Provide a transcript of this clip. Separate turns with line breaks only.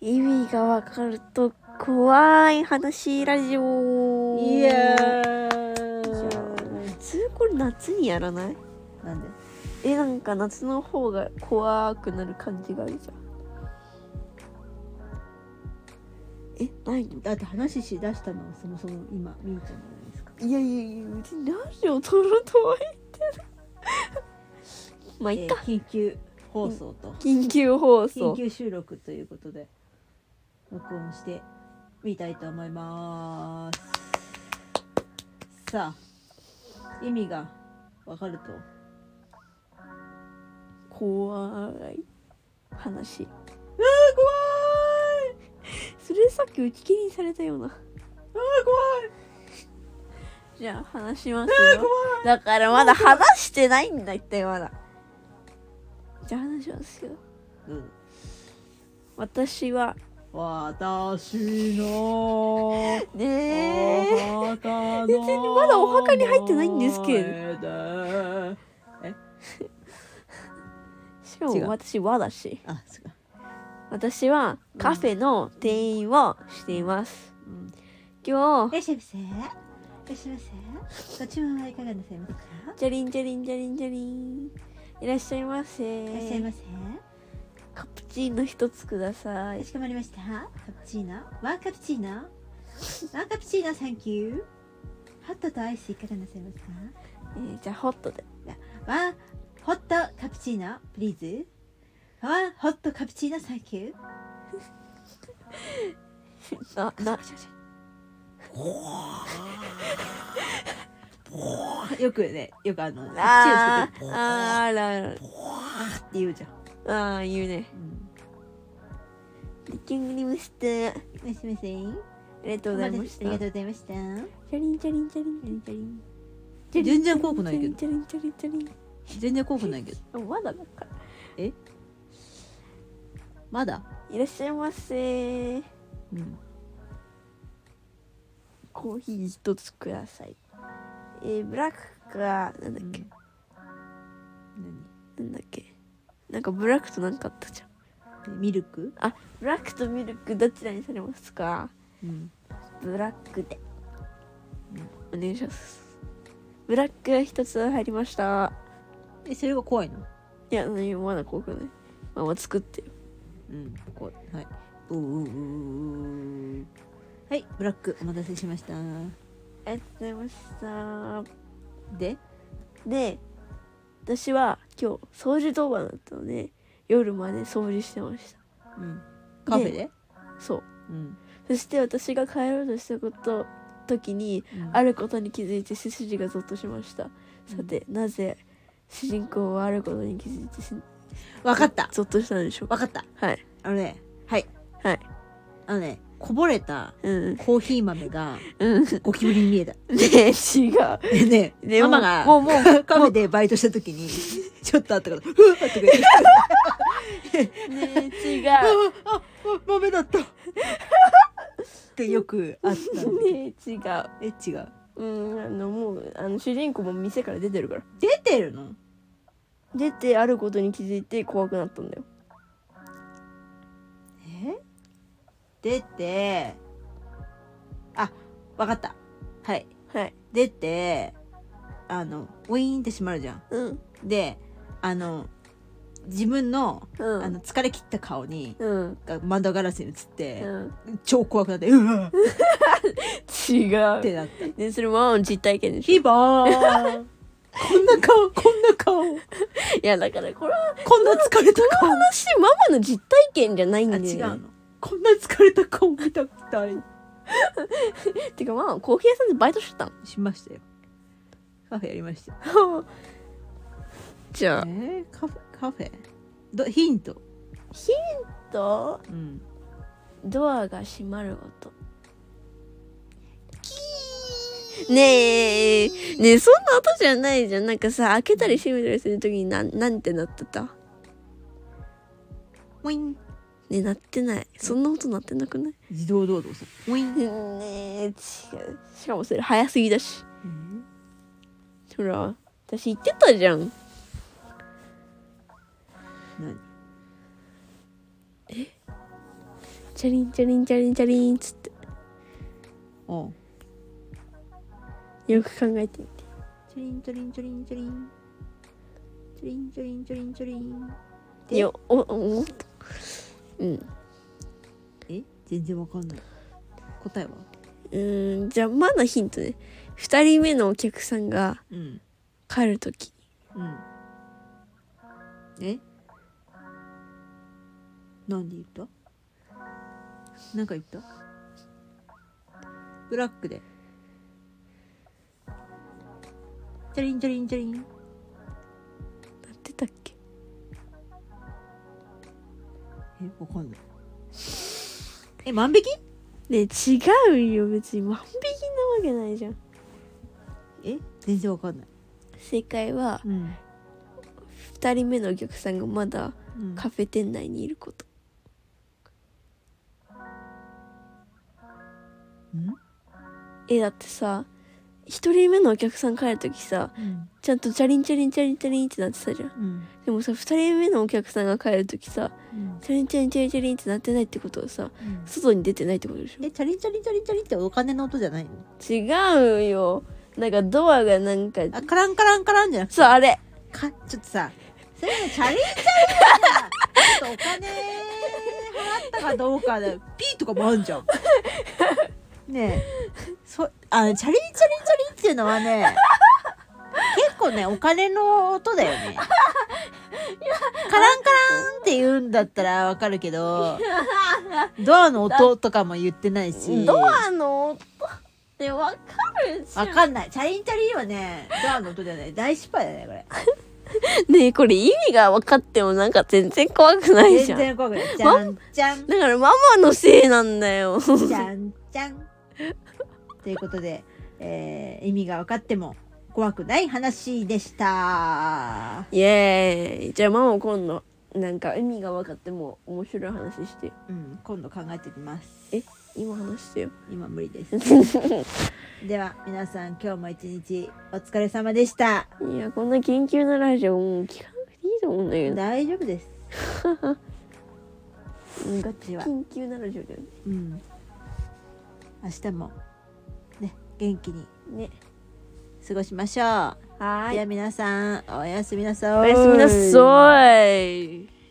意味がわかると怖い話ラジオ
イエ
いや
ー
普通これ夏にやらない
イなんで
えなんか夏の方が怖くなる感じがあるじゃんえないの
だって話しだしたのはそもそも今みーちゃんじゃないですか
いやいやいやうちラジオ撮るとは言ってないまあいっか、
えー緊急放送と
緊急放
緊
送
急収録ということで録音してみたいと思いますさあ意味がわかると
怖い話
あー怖い
それさっき打ち切りにされたような
あー怖い
じゃあ話しますよだからまだ話してないんだってまだじゃあ話しますよ
うん
私は
私の
ねえ
お墓の
別にまだお墓に入ってないんですけど
ど
しかも
違う
私はだし
あそうか
私はカフェの店員をしています
うん
今
い
日
らっしゃいませ。いらっしゃいませ。ご注文はいかがなさいますか。
ジャリンジャリンジャリンジャリンいらっしゃいま
いらっしゃい
せ
ませ。
カプチーノ一つくださ
か
い
しこまりました。カプチーノ、ワンカプチーノ、ワンカプチーノ、サンキュー。ホットとアイスいかがなさいますか。
えーじゃあホット で
ワンホットカプチーノ、プリーズ。ワンホットカプチーノ、サンキュー。
なな
よくね、よくあの、
あー
口をつけて
あーらら
って言うじゃん。
あー言うねリッキングにムスてあ
いらっしゃいませ。あ
りがとうございました
あ
ジ
りがとうございました。
ャリンジャリンジャリンジャリンジャリンジャリン
全然怖くないけど、
ジャリンジャリンジャリンジャ
全然怖くないけど、
リンあまだだから
まだ。
いらっしゃいませ
うん。
コーヒー一つくださいえー、ブラックかなんだっけ、なんだっけなんかブラックとなんかあったじゃん
何ミルク、
ブラックとミルクどちらにされますか
うん、
ブラックでお願いしますブラックが一つ入りました
えそれが怖いの
いや何もまだ怖くないまあまあ作ってよ
うん怖いはいうーうーうーうーはいブラックお待たせしました
ありがとうございました
で
で私は今日掃除当番だったので夜まで掃除してました
うんカフェで
そう
うん、
そして私が帰ろうとしたこと時に
うん
あることに気づいて背筋がゾッとしました
うん
さてなぜ主人公はあることに気づいてし
わかった
ゾッとしたのでしょう
わ
か
かった
はい
あのねはい
はい
あのねこぼれた
うん
コーヒー豆が
うん
ゴキブリに見 えた
ねえ違う
えね
ね
ママが
もうもうもう
カフェでバイトした時にちょっとあったから「うわっ!」とか言って「
ねえ違
あああ豆だった」ってよくあったん
う
だ けど
ねえ違う
え違う
うんあのもうあの主人公も店から出てるから
出てるの
出てあることに気づいて怖くなったんだよ
え出てあわかったはい
はい
出てあのウィーンって閉まるじゃん
うん
であの自分の,、
うん
あの疲れ切った顔に、
うん
が窓ガラスに映って
う、ん
超怖くなってうわっ
違う
てなった
ねそれママの実体験でし
ヒー バーこんな顔こんな顔
ょいやだからこれは
こんな疲れた顔あ
話ママの実体験じゃないんだ
違
よね
うのこんな疲れた顔見たくない
てかまあコーヒー屋さんでバイトしてた
しましたよカフェやりましたよ
のじゃあ
えー、カフェカフェどヒント、
と
うん、
ドアが閉まる音ねえねえそんな音じゃないじゃんなんかさ開けたり閉めたりするときになんなんてなってたね
ウィン
え鳴ってないそんな音鳴ってなくない
自動ドアどうぞウィン、
ねえ違うしかもそれ早すぎだし
うん
ほら私言ってたじゃん
何
チャリンチャリンチャリンチャリンっつっ
おう
てよく考えてみて
チョリンチョリンチョリンチョリンチョリンチョリンチョリンチョリンで
いやおおおうん
え全然わかんない答えは
うーんじゃあまだヒントね2人目のお客さんが
うん
帰る時
うんえなんで言ったなんか言ったブラックでチャリンチャリンチャリン
なんてたっけ
えわかんないえ万引き
ねえ違うよ別に万引きなわけないじゃん
え全然わかんない
正解は
うん、
2人目のお客さんがまだ
うん、
カフェ店内にいることえだってさ1人目のお客さん帰る時さ
うん
ちゃんとチャリンチャリンチャリンチャリンってなってたじゃん
うん
でもさ2人目のお客さんが帰る時さ
うん
チャリンチャリンチャリンチャリンってなってないってことはさ外に出てないってことでし
えチャリンチャリンチャリンチャリンってお金の音じゃないの
ょ違うよなんかドアがなんか
あカランカランカランじゃなくて
そうあれ
かちょっとさそれのチャリンチャリンはさちょっとお金払ったかどうかでピーとかもあんじゃんねえそあのチャリンチャリンチャリンっていうのはね結構ねお金の音だよねカランカランって言うんだったらわかるけどドアの音とかも言ってないし
ドアの音ってわかるじゃ
わ
ん
かんない。チャリンチャリンはね、ドアの音じゃない。大失敗だね、これ。
ねえこれ意味が分かってもなんか全然怖くないじゃ
全
んだ
然怖くない。じゃんじゃん、
からママのせいなんだよ
じ ゃんじゃん。ということで、えー、意味が分かっても怖くない話でした。
イエーイじゃあママ今度なんか意味が分かっても面白い話してよ
うん、今度考えてみます。
え今話してよ
今無理です。では、皆さん今日も一日お疲れ様でした。
いやこんな緊急なラジオもう聞かなくていいと思うんだけど
大丈夫です。
うん
ガチは。
緊急なラジオだよね
うん。明日も、ね、元気に
ね
過ごしましょう。
は
では皆さんおやすみなさい
おやすみなさい